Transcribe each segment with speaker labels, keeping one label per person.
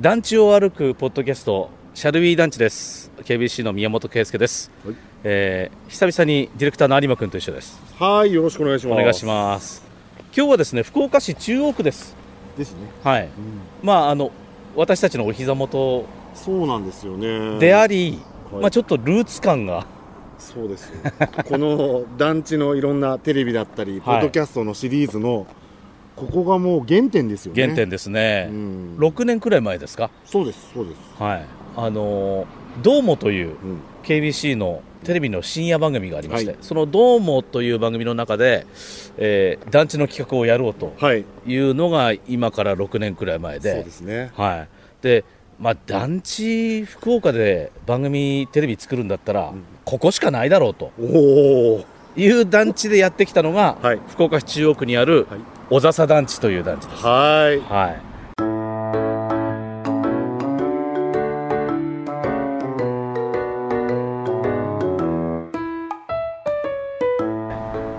Speaker 1: 団地を歩くポッドキャストシャルウィー団地です KBC の宮本圭介です、
Speaker 2: はい
Speaker 1: えー久々にディレクターの有馬君と一緒です
Speaker 2: はい、よろしくお願いし
Speaker 1: お
Speaker 2: ます。
Speaker 1: 願いします今日はですね福岡市中央区です
Speaker 2: す。ですね。
Speaker 1: はいまああの私たちのお膝元
Speaker 2: そうなんですよね。
Speaker 1: であり、
Speaker 2: はい
Speaker 1: まあちょっとルーツ感が
Speaker 2: そうですよ。この団地のいろんなテレビだったり、ポッドキャストのシリーズの、ここがもう原点ですよね。
Speaker 1: 原点ですね
Speaker 2: うん。
Speaker 1: 6年くらい前ですか
Speaker 2: そうです、そうです。
Speaker 1: はいあのーどうもという
Speaker 2: うん。
Speaker 1: KBC のテレビの深夜番組がありまして、
Speaker 2: はい
Speaker 1: その「どうも」という番組の中で、えー団地の企画をやろうと
Speaker 2: はい。
Speaker 1: いうのが今から6年くらい前で
Speaker 2: そうですね。
Speaker 1: はいでまあ、団地福岡で番組テレビ作るんだったら、
Speaker 2: ん
Speaker 1: ここしかないだろうと
Speaker 2: おお。
Speaker 1: いう団地でやってきたのが、
Speaker 2: はい
Speaker 1: 福岡市中央区にある
Speaker 2: はい
Speaker 1: 小笹団地という団地です。
Speaker 2: はい。
Speaker 1: はい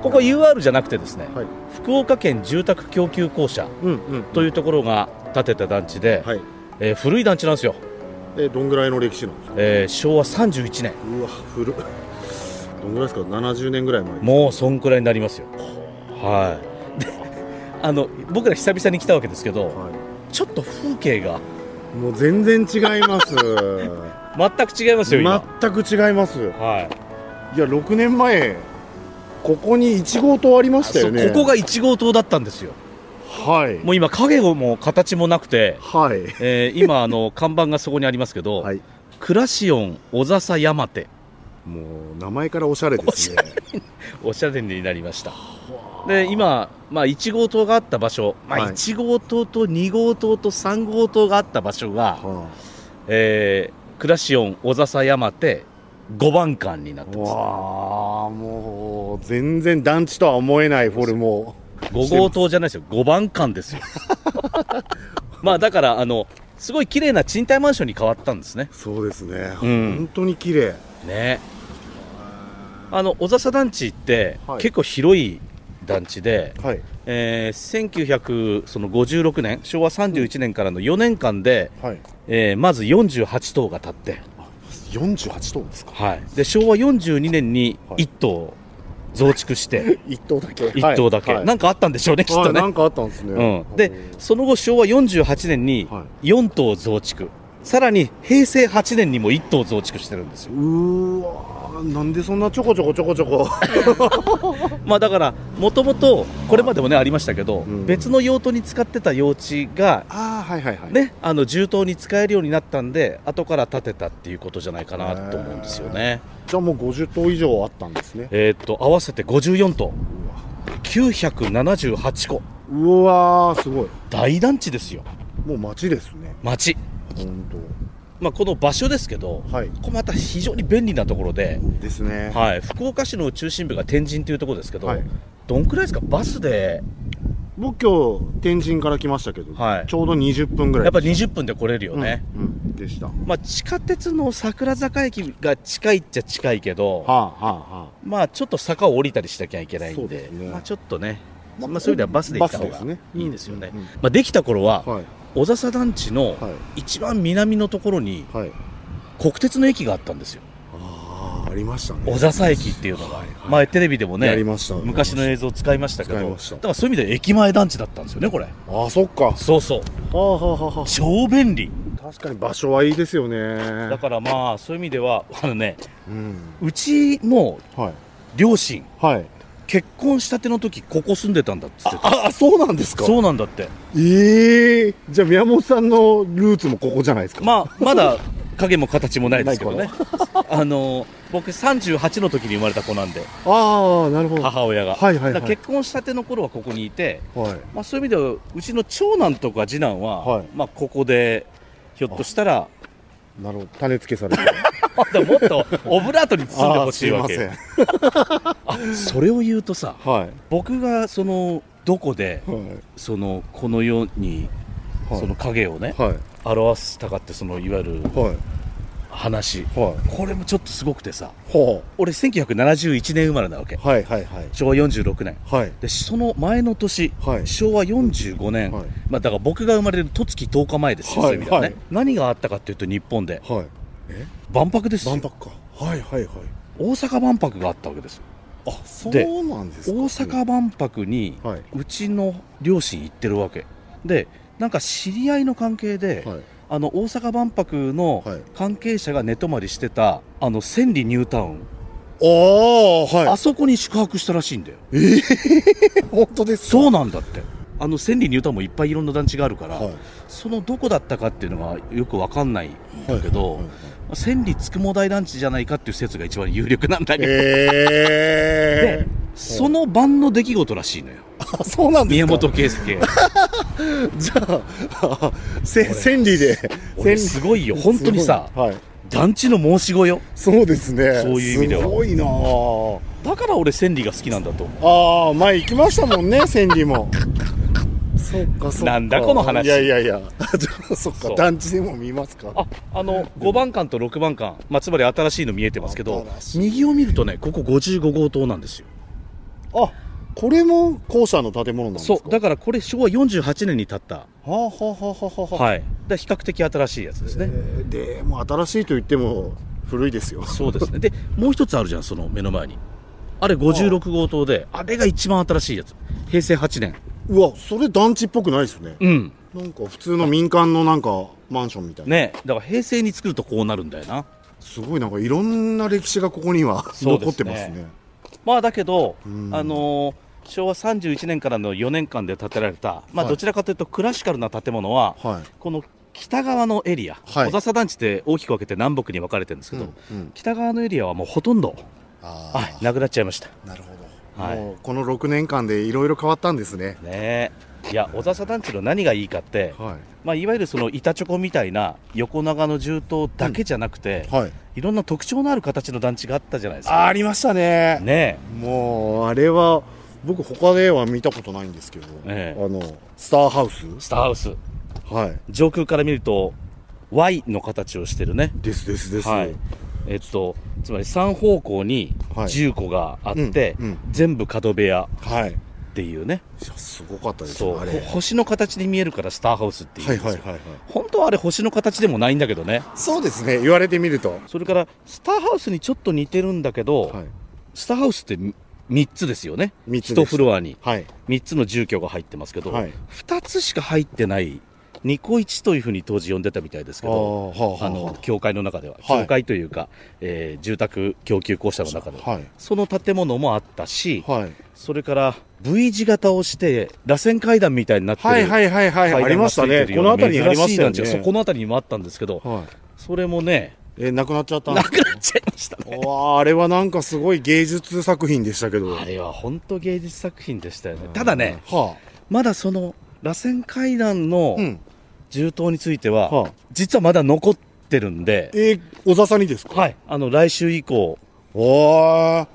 Speaker 1: ここ UR じゃなくてですね、
Speaker 2: はい
Speaker 1: 福岡県住宅供給公社
Speaker 2: うん、うん。
Speaker 1: というところが建てた団地で、
Speaker 2: はい。
Speaker 1: えー古い団地なんですよ、
Speaker 2: え、どんぐらいの歴史なんですか
Speaker 1: えー昭和31年
Speaker 2: うわ、古っ。どんぐらいですか ?70 年ぐらい前。
Speaker 1: もうそんくらいになりますよはいであの僕ら久々に来たわけですけど、
Speaker 2: は
Speaker 1: ちょっと風景が
Speaker 2: い。もう全然違い ます。
Speaker 1: 全く違いますよ今、
Speaker 2: 全く違います。
Speaker 1: はい
Speaker 2: いや6年前ここに1号棟ありましたよね
Speaker 1: そうここが1号棟だったんですよ
Speaker 2: はい
Speaker 1: もう今影も形もなくて、
Speaker 2: はい
Speaker 1: えー今あ の看板がそこにありますけど、
Speaker 2: はい
Speaker 1: クラシオン小笹山手
Speaker 2: もう名前からおしゃれです ね
Speaker 1: おしゃれになりましたで今、まあ、1号棟があった場所、まあ、
Speaker 2: はい
Speaker 1: 1号棟と2号棟と3号棟があった場所が、
Speaker 2: は
Speaker 1: えークラシオン小笹山手5番館になって
Speaker 2: あ、
Speaker 1: ます
Speaker 2: わあもう全然団地とは思えないフォルムを
Speaker 1: 5号棟じゃないですよ5番館です よまあだからあのすごい綺麗な賃貸マンションに変わったんですね
Speaker 2: そうですね、
Speaker 1: うん
Speaker 2: 本当に綺麗
Speaker 1: ねあの小笹団地って、
Speaker 2: はい
Speaker 1: 結構広い団地で、
Speaker 2: はい
Speaker 1: えー1956年昭和31年からの4年間で、
Speaker 2: はい
Speaker 1: えーまず48棟が建って、
Speaker 2: 48棟ですか
Speaker 1: はい、で昭和42年に
Speaker 2: はい
Speaker 1: 1棟増築して、
Speaker 2: 1棟だけ
Speaker 1: 1棟だけ、
Speaker 2: はい
Speaker 1: なんかあったんでしょうねきっ
Speaker 2: は
Speaker 1: と
Speaker 2: い
Speaker 1: ね
Speaker 2: なんかあったんですね、
Speaker 1: うん、でその後昭和48年に
Speaker 2: は
Speaker 1: 4棟増築さらに平成8年にも1棟増築してるんですよ
Speaker 2: うーわーなんでそんなちょこちょこちょこちょこ
Speaker 1: まあだからもともとこれまでもねありましたけど、
Speaker 2: うん
Speaker 1: 別の用途に使ってた用地が
Speaker 2: ああはいはいはい
Speaker 1: ね あの銃刀に使えるようになったんで後から建てたっていうことじゃないかなと思うんですよね
Speaker 2: じゃあもう50棟以上あったんですね
Speaker 1: えーっと合わせて54棟
Speaker 2: うわ
Speaker 1: 978個
Speaker 2: うわーすごい
Speaker 1: 大団地ですよ
Speaker 2: もう街ですね
Speaker 1: 町、
Speaker 2: 本
Speaker 1: まあ、この場所ですけど
Speaker 2: 当はい
Speaker 1: ここまた非常に便利なところで、
Speaker 2: ですね
Speaker 1: はい、福岡市の中心部が天神というところですけど、
Speaker 2: はい
Speaker 1: どんくらいですかバスで
Speaker 2: 僕今日天神から来ましたけど、
Speaker 1: はい
Speaker 2: ちょうど20分ぐらい
Speaker 1: やっぱ20分で来れるよ
Speaker 2: うん
Speaker 1: ね、
Speaker 2: うん、でしたは
Speaker 1: まあ、地下鉄の桜坂駅が近いっちゃ近いけど、
Speaker 2: あはあはあ
Speaker 1: まあ、ちょっと坂を降りたりしなきゃいけないん
Speaker 2: そう
Speaker 1: で、
Speaker 2: ですね
Speaker 1: まあ、ちょっとね、まあ、そういう意味ではバスで行った方
Speaker 2: バス
Speaker 1: が
Speaker 2: ですね
Speaker 1: いいですよね。
Speaker 2: うんうん
Speaker 1: まあ、できた頃は、
Speaker 2: はい
Speaker 1: 小笹団地の
Speaker 2: はい
Speaker 1: 一番南のところに
Speaker 2: はい
Speaker 1: 国鉄の駅があったんですよ、
Speaker 2: ああありましたね
Speaker 1: 小笹駅っていうのが、
Speaker 2: はいはい
Speaker 1: 前、テレビでも
Speaker 2: や
Speaker 1: ね
Speaker 2: り、ました
Speaker 1: 昔の
Speaker 2: あ
Speaker 1: 映像を使いましたけど、
Speaker 2: 使い
Speaker 1: だ
Speaker 2: ました
Speaker 1: からそういう意味では駅前団地だったんですよね、これ、
Speaker 2: あそっか
Speaker 1: そうそう、
Speaker 2: ああはあはあは
Speaker 1: 超便利、
Speaker 2: あ確かに場所はいいですよね
Speaker 1: だからまあ、そういう意味では、あのね、
Speaker 2: うん
Speaker 1: うちの
Speaker 2: はい
Speaker 1: 両親、
Speaker 2: はい
Speaker 1: 結婚したての時ここ住んでたんだっつってた
Speaker 2: ああそうなんですか
Speaker 1: そうなんだって
Speaker 2: ええじゃあ宮本さんのルーツもここじゃないですか
Speaker 1: まあまだ影も形もないですけど
Speaker 2: な
Speaker 1: ね あの僕38の時に生まれた子なんで
Speaker 2: ああなるほど
Speaker 1: 母親が、
Speaker 2: はいはいはい
Speaker 1: だから結婚したての頃はここにいて、
Speaker 2: はい
Speaker 1: まあ、そういう意味ではうちの長男とか次男は、
Speaker 2: はい
Speaker 1: まあ、ここでひょっとしたら
Speaker 2: なるほど種付けされて
Speaker 1: まだもっとオブラートに包んでほしいわ
Speaker 2: あーすい
Speaker 1: け
Speaker 2: ま
Speaker 1: それを言うとさ
Speaker 2: せんはい
Speaker 1: 僕がそのどこで
Speaker 2: はい
Speaker 1: そのこの世に
Speaker 2: はい
Speaker 1: その影をね
Speaker 2: はい
Speaker 1: 表したかってそのいわゆる
Speaker 2: はい
Speaker 1: 話、
Speaker 2: は
Speaker 1: これもちょっとすごくてさ
Speaker 2: いは
Speaker 1: 俺1971年生まれなわけ
Speaker 2: あはいはいはい
Speaker 1: 昭和46年
Speaker 2: はい
Speaker 1: でその前の年、
Speaker 2: はい
Speaker 1: 昭和45年、
Speaker 2: はい
Speaker 1: まあ、だから僕が生まれる十月10日前ですよ、
Speaker 2: は
Speaker 1: そうい
Speaker 2: い
Speaker 1: う意味ではね、
Speaker 2: はい
Speaker 1: 何があったかっていうと日本で
Speaker 2: はいえ
Speaker 1: 万博ですよ
Speaker 2: 万博かはいはいはい
Speaker 1: 大阪万博があったわけですよ
Speaker 2: あそ
Speaker 1: で
Speaker 2: うなんですか
Speaker 1: 大阪万博に
Speaker 2: はいう
Speaker 1: ちの両親行ってるわけでなんか知り合いの関係で、
Speaker 2: はい
Speaker 1: あの大阪万博の
Speaker 2: はい
Speaker 1: 関係者が寝泊まりしてたあの千里ニュータウン、
Speaker 2: ああは
Speaker 1: あそこに宿泊したらしいんだよ
Speaker 2: い本当ですか
Speaker 1: そうなんだってあの千里ニュータウンもいっぱいいろんな団地があるから、
Speaker 2: はい
Speaker 1: そのどこだったかっていうのがよくわかんないんだけど、
Speaker 2: はいはいはい
Speaker 1: 千里つくも大団地じゃないかっていう説が一番有力なんだけど、
Speaker 2: え
Speaker 1: でその晩の出来事らしいのよ
Speaker 2: あそうなんです
Speaker 1: 宮
Speaker 2: か
Speaker 1: 本圭介
Speaker 2: じゃあせ千里で
Speaker 1: 俺
Speaker 2: 千
Speaker 1: すごいよ本当にさ
Speaker 2: すごいはい
Speaker 1: 団地の申し子よ
Speaker 2: そうですね
Speaker 1: そういう意味では
Speaker 2: すごいなあ
Speaker 1: だから俺千里が好きなんだと思う
Speaker 2: ああ前行きましたもんね千里もそっかそっか
Speaker 1: なんだこの話
Speaker 2: いやいやいやじゃあそっ
Speaker 1: そ
Speaker 2: か
Speaker 1: う
Speaker 2: 団地でも見ますか
Speaker 1: ああの5番館と6番館、まあ、つまり新しいの見えてますけど
Speaker 2: 新しい
Speaker 1: 右を見るとねここ55号棟なんですよ
Speaker 2: あこれも校舎の建物なんですか
Speaker 1: そうだからこれ昭和48年に建った
Speaker 2: はあはあはあはあはあ
Speaker 1: はいだから比較的新しいやつです
Speaker 2: え
Speaker 1: ね、
Speaker 2: ーでも新しいと言っても古いですよ
Speaker 1: そうですねでもう一つあるじゃんその目の前にあれ56号棟であれが一番新しいやつ平成8年
Speaker 2: うわそれ団地っぽくないですね
Speaker 1: うん
Speaker 2: なんか普通の民間のなんかマンションみたいな、
Speaker 1: ねだから平成に作るとこうなるんだよな
Speaker 2: すごいなんかいろんな歴史がここには
Speaker 1: そうですね
Speaker 2: 残ってますね
Speaker 1: まあだけど、
Speaker 2: うん
Speaker 1: あのー昭和31年からの4年間で建てられた、まあ、
Speaker 2: はい
Speaker 1: どちらかというとクラシカルな建物は、
Speaker 2: はい
Speaker 1: この北側のエリア、
Speaker 2: はい
Speaker 1: 小笹団地って大きく分けて南北に分かれてるんですけど、
Speaker 2: うんうん
Speaker 1: 北側のエリアはもうほとんど、
Speaker 2: あー
Speaker 1: はい、なくなっちゃいました。
Speaker 2: なるほど、
Speaker 1: はい
Speaker 2: もうこの6年間でいろいろ変わったんですね
Speaker 1: ねえいや小笹団地の何がいいかって、
Speaker 2: は
Speaker 1: まあ、いわゆるその板チョコみたいな横長の銃刀だけじゃなくて、
Speaker 2: い、はい、
Speaker 1: いろんな特徴のある形の団地があったじゃないですか。
Speaker 2: ありましたね
Speaker 1: ね
Speaker 2: もうあれは僕他では見たことないんですけど、
Speaker 1: ええ
Speaker 2: あのスターハウス
Speaker 1: えスターハウス
Speaker 2: はい
Speaker 1: 上空から見ると Y の形をしてるね
Speaker 2: ですですです、
Speaker 1: はい、えっとつまり3方向に
Speaker 2: はい
Speaker 1: 10個があって、
Speaker 2: うんうん
Speaker 1: 全部角部屋
Speaker 2: はいい
Speaker 1: っていうね
Speaker 2: やすごかったです
Speaker 1: そ
Speaker 2: ね
Speaker 1: う
Speaker 2: あれ
Speaker 1: ほ星の形に見えるからスターハウスっていうん
Speaker 2: は
Speaker 1: で
Speaker 2: い
Speaker 1: すよ、
Speaker 2: はいはいはい
Speaker 1: 本当はあれ星の形でもないんだけどね
Speaker 2: そうですね言われてみると
Speaker 1: それからスターハウスにちょっと似てるんだけど、
Speaker 2: はい
Speaker 1: スターハウスって3つですよね
Speaker 2: 三つです
Speaker 1: 1フロアに
Speaker 2: はい
Speaker 1: 3つの住居が入ってますけど、
Speaker 2: はい
Speaker 1: 2つしか入ってないニコイチというふうに当時呼んでたみたいですけ
Speaker 2: あ
Speaker 1: ど
Speaker 2: ーはあはあはあ
Speaker 1: あの教会の中では、
Speaker 2: はい
Speaker 1: 教会というか、えー住宅供給公社の中では、
Speaker 2: はい
Speaker 1: その建物もあったし、
Speaker 2: はい
Speaker 1: それから V 字型をして螺旋階段みたいになってる
Speaker 2: はいはいはいはい
Speaker 1: 階
Speaker 2: あり
Speaker 1: 段
Speaker 2: ま
Speaker 1: が
Speaker 2: し
Speaker 1: つ
Speaker 2: た
Speaker 1: いて
Speaker 2: ね
Speaker 1: る
Speaker 2: こ
Speaker 1: よう
Speaker 2: の
Speaker 1: な
Speaker 2: 辺りにありま
Speaker 1: 珍し
Speaker 2: し
Speaker 1: い
Speaker 2: たよ
Speaker 1: 団
Speaker 2: ね
Speaker 1: 地がそうこの辺りにもあったんですけど
Speaker 2: はい
Speaker 1: それもね
Speaker 2: えなくなっちゃったんで
Speaker 1: な
Speaker 2: す
Speaker 1: くなっちゃいましたね
Speaker 2: うわああれはなんかすごい芸術作品でしたけど
Speaker 1: あれは本当芸術作品でしたよね
Speaker 2: うん
Speaker 1: ただね
Speaker 2: は
Speaker 1: まだその螺旋階段の
Speaker 2: あうん
Speaker 1: 銃刀については、
Speaker 2: はあ
Speaker 1: 実はまだ残ってるんで、
Speaker 2: えー、小笹にですか
Speaker 1: はい、あの来週以降
Speaker 2: おー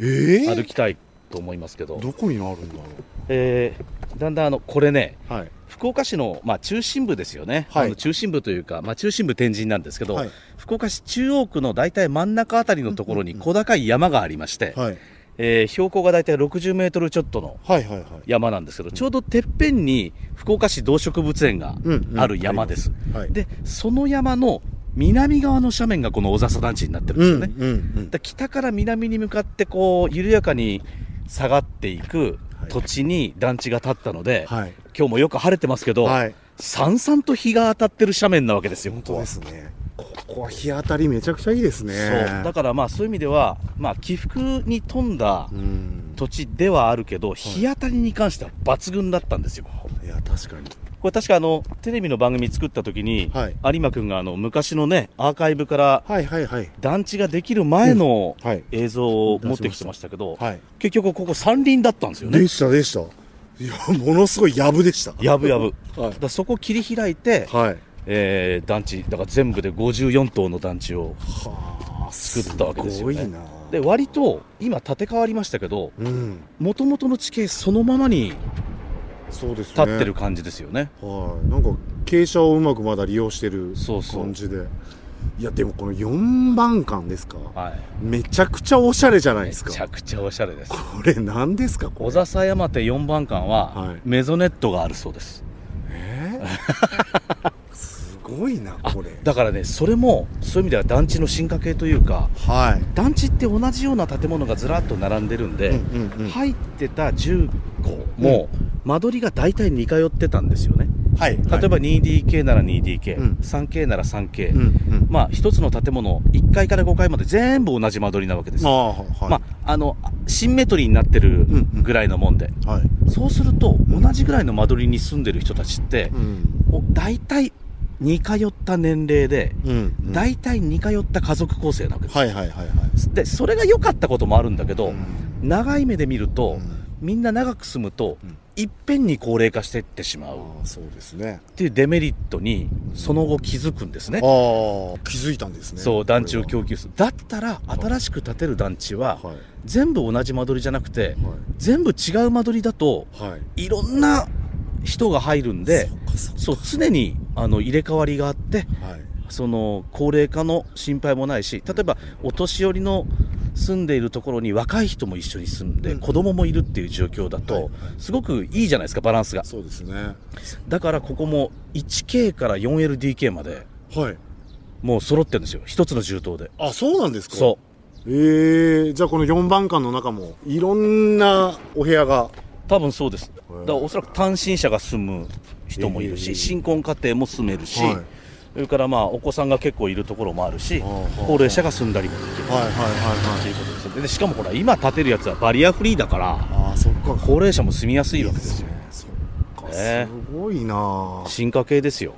Speaker 2: ええ
Speaker 1: 歩きたいと思いますけど、
Speaker 2: どこにあるんだろ
Speaker 1: えーだんだんあのこれね
Speaker 2: うはい
Speaker 1: 福岡市の、まあ、中心部ですよね、
Speaker 2: はい
Speaker 1: あの中心部というか、まあ、中心部天神なんですけど、
Speaker 2: はい
Speaker 1: 福岡市中央区の大体真ん中あたりのところに小高い山がありまして、
Speaker 2: はい
Speaker 1: えー標高が大体60メートルちょっとの
Speaker 2: はいはいはい
Speaker 1: 山なんですけど、ちょうどてっぺんに福岡市動植物園が
Speaker 2: うんうん
Speaker 1: ある山です。
Speaker 2: はい
Speaker 1: で、その山の南側の斜面がこの小笹団地になってるんで
Speaker 2: う
Speaker 1: す
Speaker 2: ん
Speaker 1: よ
Speaker 2: うん
Speaker 1: ね。
Speaker 2: うん
Speaker 1: だ北から南に向かってこう緩やかに下がっていく土地に団地が建ったので、
Speaker 2: はい
Speaker 1: 今日もよく晴れてますけど、
Speaker 2: はい
Speaker 1: さんさんと日が当たってる斜面なわけですよ、ここ
Speaker 2: そう
Speaker 1: は
Speaker 2: ですねここは日当たりめちゃくちゃいいですね
Speaker 1: そうだからまあそういう意味では、まあ、起伏に富んだ
Speaker 2: うん
Speaker 1: 土地ではあるけど、日当たりに関しては抜群だったんですよ、ここ
Speaker 2: いや確かに
Speaker 1: これ確かあのテレビの番組作った時に、
Speaker 2: はい
Speaker 1: 有馬君があの昔のねアーカイブから
Speaker 2: はいはいはい
Speaker 1: 団地ができる前の
Speaker 2: はい
Speaker 1: 映像を持ってきてましたけど、
Speaker 2: はい
Speaker 1: 結局ここ山林だったんですよね
Speaker 2: でしたでしたいやものすごいやぶでした
Speaker 1: やぶやぶ、
Speaker 2: はい
Speaker 1: だからそこ切り開いて、
Speaker 2: はい
Speaker 1: えー団地だから全部で54棟の団地を
Speaker 2: はあ
Speaker 1: 作ったわけですよね
Speaker 2: すごいな
Speaker 1: で割と今建て替わりましたけど
Speaker 2: うん
Speaker 1: もともとの地形そのままに
Speaker 2: そうです
Speaker 1: 立
Speaker 2: ね
Speaker 1: ってる感じですよね
Speaker 2: はいなんか傾斜をうまくまだ利用してる
Speaker 1: そうそう
Speaker 2: 感じでいやでもこの4番館ですか
Speaker 1: はい、
Speaker 2: めちゃくちゃおしゃれじゃないです
Speaker 1: めち
Speaker 2: か
Speaker 1: ゃくちゃおしゃれです
Speaker 2: これ何ですかこれ
Speaker 1: 小笹山手4番館
Speaker 2: は
Speaker 1: はいメゾネットがあるそうです、
Speaker 2: えーすごいなこれ
Speaker 1: だからねそれもそういう意味では団地の進化系というか
Speaker 2: はい
Speaker 1: 団地って同じような建物がずらっと並んでるんで、
Speaker 2: うんうんうん
Speaker 1: 入ってた10個も間取りが大体似通ってたんですよね
Speaker 2: はい
Speaker 1: 例えば 2DK なら
Speaker 2: うん
Speaker 1: 2DK3K なら 3K、
Speaker 2: うんうん
Speaker 1: まあ一つの建物1階から5階まで全部同じ間取りなわけです
Speaker 2: あ
Speaker 1: よ
Speaker 2: あはい
Speaker 1: まああのシンメトリーになってる
Speaker 2: うんうん
Speaker 1: ぐらいのもんで、
Speaker 2: はい
Speaker 1: そうすると同じぐらいの間取りに住んでる人たちって、
Speaker 2: うん
Speaker 1: お大体似通った年齢で、
Speaker 2: うんはい
Speaker 1: 大体似通った家族構成なわけです、
Speaker 2: はいはいはい
Speaker 1: でそれが良かったこともあるんだけど、
Speaker 2: うん
Speaker 1: 長い目で見ると、
Speaker 2: うん
Speaker 1: みんな長く住むと、
Speaker 2: うん
Speaker 1: いっぺんに高齢化していってしま
Speaker 2: あ
Speaker 1: うっ
Speaker 2: あそうですね
Speaker 1: ていうデメリットにその後気づくんですね
Speaker 2: ああ気づいたんですね
Speaker 1: そう団地を
Speaker 2: これは
Speaker 1: 供給するだったら新しく建てる団地は
Speaker 2: はい
Speaker 1: 全部同じ間取りじゃなくて
Speaker 2: は
Speaker 1: 全部違う間取りだと
Speaker 2: いはい
Speaker 1: いろんな人が入るんで
Speaker 2: そっかそっか
Speaker 1: そう常にあの入れ替わりがあって
Speaker 2: はい
Speaker 1: その高齢化の心配もないし例えばお年寄りの住んでいるところに若い人も一緒に住んで
Speaker 2: うん
Speaker 1: 子供もいるっていう状況だ
Speaker 2: はい
Speaker 1: と
Speaker 2: はい
Speaker 1: すごくいいじゃないですかバランスが
Speaker 2: そうですねは
Speaker 1: だからここも 1K から 4LDK まで
Speaker 2: い
Speaker 1: もう揃ってるんですよ一つの銃刀で
Speaker 2: あそうなんですか
Speaker 1: そう
Speaker 2: えー、じゃあこの4番館の中もいろんなお部屋が
Speaker 1: 多分そうです
Speaker 2: へー
Speaker 1: だからおそらく単身者が住む人もいるし、
Speaker 2: へー
Speaker 1: 新婚家庭も住めるし、
Speaker 2: はい
Speaker 1: それからまあお子さんが結構いるところもあるし
Speaker 2: あー
Speaker 1: 高齢者が住んだりもできる
Speaker 2: はいはいはい
Speaker 1: と
Speaker 2: はい
Speaker 1: いうことですよでしかもほら今建てるやつはバリアフリーだから
Speaker 2: ああそっか
Speaker 1: 高齢者も住みやす
Speaker 2: い
Speaker 1: いわけですよ
Speaker 2: そっか
Speaker 1: ね
Speaker 2: すごいなあ
Speaker 1: 進化系ですよ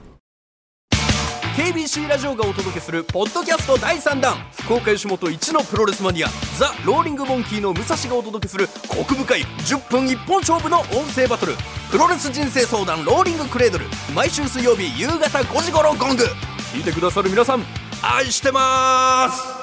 Speaker 3: KBC ラジオがお届けするポッドキャスト第3弾福岡吉本一のプロレスマニアザ・ローリング・モンキーの武蔵がお届けするコク深い10分一本勝負の音声バトルプロレス人生相談ローリングクレードル毎週水曜日夕方5時頃ゴング聞いてくださる皆さん愛してます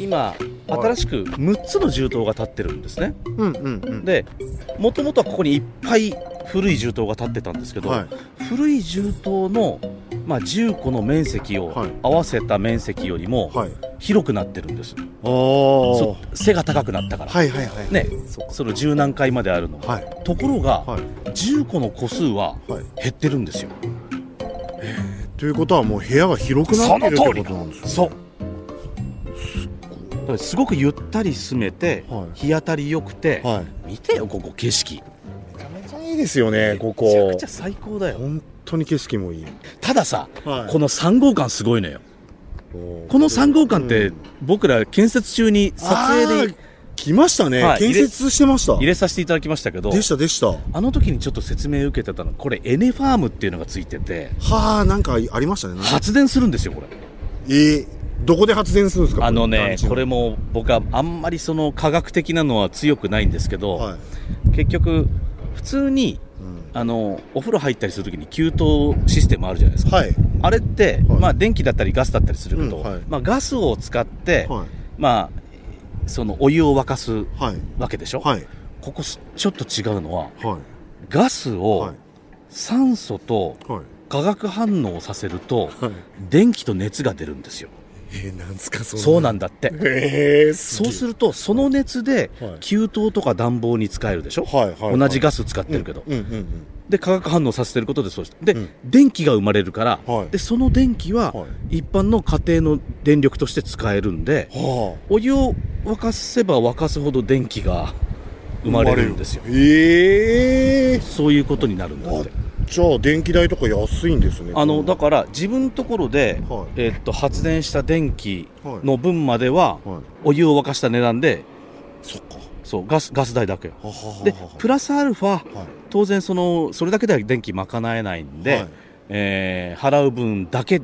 Speaker 1: 今新しく6つの銃刀が建ってるんですね
Speaker 2: うんうんうん
Speaker 1: でもともとはここにいっぱい古い銃刀が建ってたんですけど、
Speaker 2: はい
Speaker 1: 古い銃刀の、まあ、10個の面積を
Speaker 2: はい
Speaker 1: 合わせた面積よりも
Speaker 2: はい
Speaker 1: 広くなってるんです、
Speaker 2: ああ
Speaker 1: そ背が高くなったから、
Speaker 2: はいはいはい
Speaker 1: ね、その十何回まであるの、
Speaker 2: はい
Speaker 1: ところが、
Speaker 2: はい
Speaker 1: 10個の個数は
Speaker 2: はい
Speaker 1: 減ってるんですよ
Speaker 2: ということはもう部屋が広くなってるっ
Speaker 1: その通
Speaker 2: て
Speaker 1: り
Speaker 2: ことなんですね
Speaker 1: そうだからすごくゆったり住めて、
Speaker 2: はい
Speaker 1: 日当たり良くて、
Speaker 2: はい
Speaker 1: 見てよここ景色
Speaker 2: めちゃめちゃいいですよねこ
Speaker 1: めちゃく
Speaker 2: こ
Speaker 1: ちゃ最高だよ
Speaker 2: 本当に景色もいい
Speaker 1: たださ、
Speaker 2: はい
Speaker 1: この3号館すごいのよ
Speaker 2: こ
Speaker 1: この3号館って
Speaker 2: うん
Speaker 1: 僕ら建設中に撮影で
Speaker 2: あー来ましたね、
Speaker 1: はい
Speaker 2: 建設してました
Speaker 1: 入れさせていただきましたけど
Speaker 2: でしたでした
Speaker 1: あの時にちょっと説明受けてたのこれエネファームっていうのがついてて
Speaker 2: はあなんかありましたね
Speaker 1: 発電するんですよこれ
Speaker 2: えー、どこで発電するんですか
Speaker 1: あのねこれ
Speaker 2: も
Speaker 1: も僕はあんまりその科学的なのは強くないんですけど、
Speaker 2: はい、
Speaker 1: 結局普通に
Speaker 2: うん
Speaker 1: あのお風呂入ったりするときに給湯システムあるじゃないですか、
Speaker 2: はい
Speaker 1: あれって、
Speaker 2: はい
Speaker 1: まあ、電気だったりガスだったりするけど、
Speaker 2: うんはい
Speaker 1: まあ、ガスを使って、
Speaker 2: はい
Speaker 1: まあ、そのお湯を沸かす
Speaker 2: はい
Speaker 1: わけでしょ、
Speaker 2: はい
Speaker 1: ここすちょっと違うのは
Speaker 2: はい
Speaker 1: ガス
Speaker 2: は
Speaker 1: を
Speaker 2: い
Speaker 1: 酸素と
Speaker 2: はい
Speaker 1: 化学反応をさせると
Speaker 2: はい
Speaker 1: 電気と熱が出るんですよ
Speaker 2: えー、なんすかそ
Speaker 1: そうなんんだって
Speaker 2: へえー、す
Speaker 1: そうす
Speaker 2: る
Speaker 1: るとその熱で
Speaker 2: はい
Speaker 1: 給湯とか暖房に使えるでしょ、
Speaker 2: はいはい、はい、
Speaker 1: 同じガ
Speaker 2: ス
Speaker 1: ス使ってるけど、
Speaker 2: うんうんうん
Speaker 1: で化学反応させてることでそうしてで、
Speaker 2: うん
Speaker 1: 電気が生まれるから、
Speaker 2: はい
Speaker 1: でその電気は
Speaker 2: は
Speaker 1: 一般の家庭の電力として使えるんで
Speaker 2: はあ
Speaker 1: お湯を沸かせば沸かすほど電気が生まれるんですよ
Speaker 2: 生まれるええー、
Speaker 1: そういうことになるんだって
Speaker 2: じゃあ電気代とか安いんですね
Speaker 1: あのだ
Speaker 2: ら
Speaker 1: から自分のところで、
Speaker 2: はい
Speaker 1: えっと発電した電気の分までは
Speaker 2: はい
Speaker 1: お湯を沸かした値段で
Speaker 2: そっか
Speaker 1: そうガスガス代だけよ
Speaker 2: はははは
Speaker 1: でプラスアルファ
Speaker 2: はい
Speaker 1: 当然そのそれだけでは電気賄えないんで、
Speaker 2: はい
Speaker 1: えー払う分だけ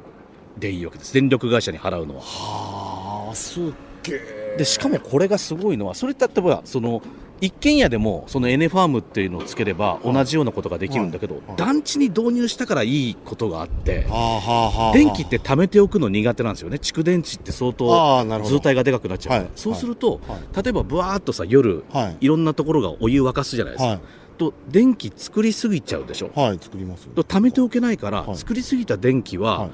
Speaker 1: でいいわけです電力会社に払うのは
Speaker 2: はあすっげえ
Speaker 1: でしかもこれがすごいのはそれって例えばその一軒家でもそのエネファームっていうのをつければ同じようなことができるんだけど、
Speaker 2: はい
Speaker 1: 団地に導入したからいいことがあって、
Speaker 2: ああはあはあはあ
Speaker 1: 電気って貯めておくの苦手なんですよね蓄電池って相
Speaker 2: あ
Speaker 1: 当
Speaker 2: ーなるほど
Speaker 1: 図体がでかくなっちゃうから、
Speaker 2: はい
Speaker 1: そうすると、
Speaker 2: は
Speaker 1: 例えばぶわーっとさ夜、
Speaker 2: はい
Speaker 1: いろんなところがお湯沸かすじゃないですか、
Speaker 2: はい
Speaker 1: と電気作りすぎちゃうでしょ、
Speaker 2: はい作りますよ
Speaker 1: と貯めておけないから、
Speaker 2: はい
Speaker 1: 作りすぎた電気は、
Speaker 2: はい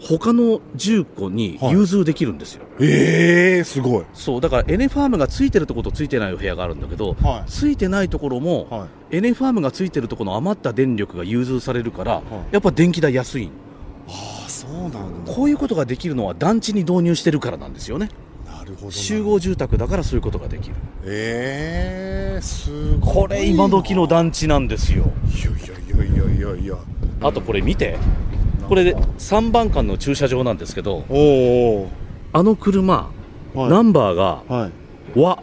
Speaker 1: 他の住戸に融通できるんですよ、
Speaker 2: ええすごい
Speaker 1: そうだからエネファームがついてるところとついてないお部屋があるんだけど、
Speaker 2: は
Speaker 1: ついてないところも、
Speaker 2: はい
Speaker 1: エネファームがついてるところの余った電力が融通されるから、
Speaker 2: い
Speaker 1: やっぱ電気代安い
Speaker 2: ああそうなんだ
Speaker 1: こういうことができるのは団地に導入してるからなんですよね
Speaker 2: なるほどな
Speaker 1: 集合住宅だからそういうことができる
Speaker 2: ええすごいな
Speaker 1: これ今時の団地なんですよ
Speaker 2: いやいやいやいやいや
Speaker 1: あとこれ見てこれで3番間の駐車場なんですけど
Speaker 2: おーお
Speaker 1: あの車、
Speaker 2: ーはい
Speaker 1: ナンバーが
Speaker 2: はい
Speaker 1: 和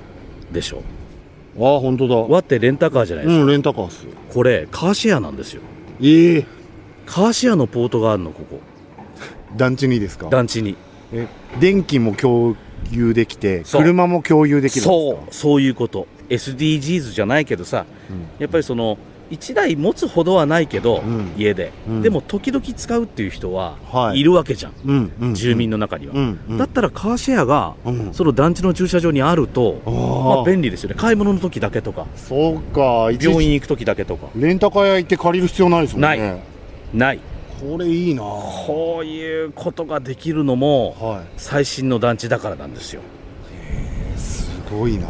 Speaker 1: でしょ
Speaker 2: ああ本当だ
Speaker 1: 和ってレンタカーじゃないです
Speaker 2: うんレンタカーっすよ
Speaker 1: か、これカーシェアなんですよ
Speaker 2: ええ
Speaker 1: カーシェアのポートがあるのここ
Speaker 2: 団地にですか
Speaker 1: 団地に
Speaker 2: え電気も共有できて
Speaker 1: そう
Speaker 2: 車も共有できるんですか
Speaker 1: そうそういうこと SDGs じゃないけどさやっぱりその1台持つほどはないけど、
Speaker 2: うん
Speaker 1: 家で、
Speaker 2: うん
Speaker 1: でも時々使うっていう人は
Speaker 2: はい
Speaker 1: いるわけじゃん、
Speaker 2: うん、うんうん
Speaker 1: 住民の中には、
Speaker 2: うんうん
Speaker 1: だったらカーシェアが、
Speaker 2: うん
Speaker 1: その団地の駐車場にあると、
Speaker 2: あ
Speaker 1: まあ、
Speaker 2: ー
Speaker 1: 便利ですよね買い物の時だけとか
Speaker 2: そうか一時
Speaker 1: 病院行く時だけとか
Speaker 2: レンタカー屋行って借りる必要ないですもんね
Speaker 1: ないない
Speaker 2: これいいな
Speaker 1: こういうことができるのも
Speaker 2: は
Speaker 1: 最新の団地だからなんですよ
Speaker 2: いすごいな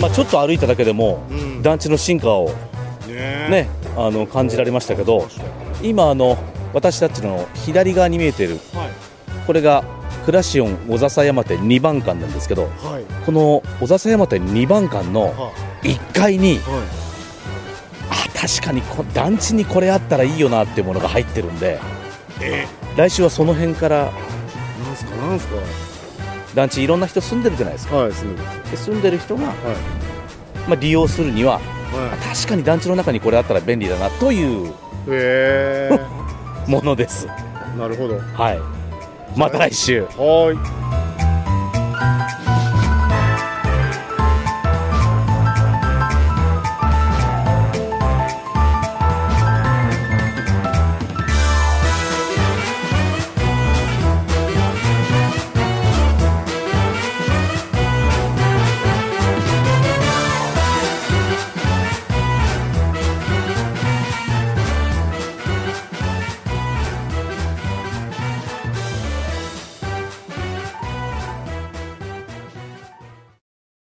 Speaker 1: まあちょっと歩いただけでも、
Speaker 2: うん
Speaker 1: 団地の進化を
Speaker 2: ね
Speaker 1: ねあの感じられましたけど今あの私たちの左側に見えている
Speaker 2: はい
Speaker 1: これがクラシオン小笹山店2番館なんですけど
Speaker 2: はい
Speaker 1: この小笹山店2番館の
Speaker 2: は
Speaker 1: 1階に
Speaker 2: いはい
Speaker 1: あ確かにこ団地にこれあったらいいよなっていうものが入ってるんで
Speaker 2: え
Speaker 1: 来週はその辺から
Speaker 2: なんすかなんすか
Speaker 1: 団地いろんな人住んでるじゃないですか
Speaker 2: はいすみません
Speaker 1: で住んでる人が、
Speaker 2: はい
Speaker 1: まあ、利用するには
Speaker 2: はい
Speaker 1: 確かに団地の中にこれあったら便利だなという
Speaker 2: へえ
Speaker 1: ものです
Speaker 2: なるほど
Speaker 1: はいまた来週
Speaker 2: はーい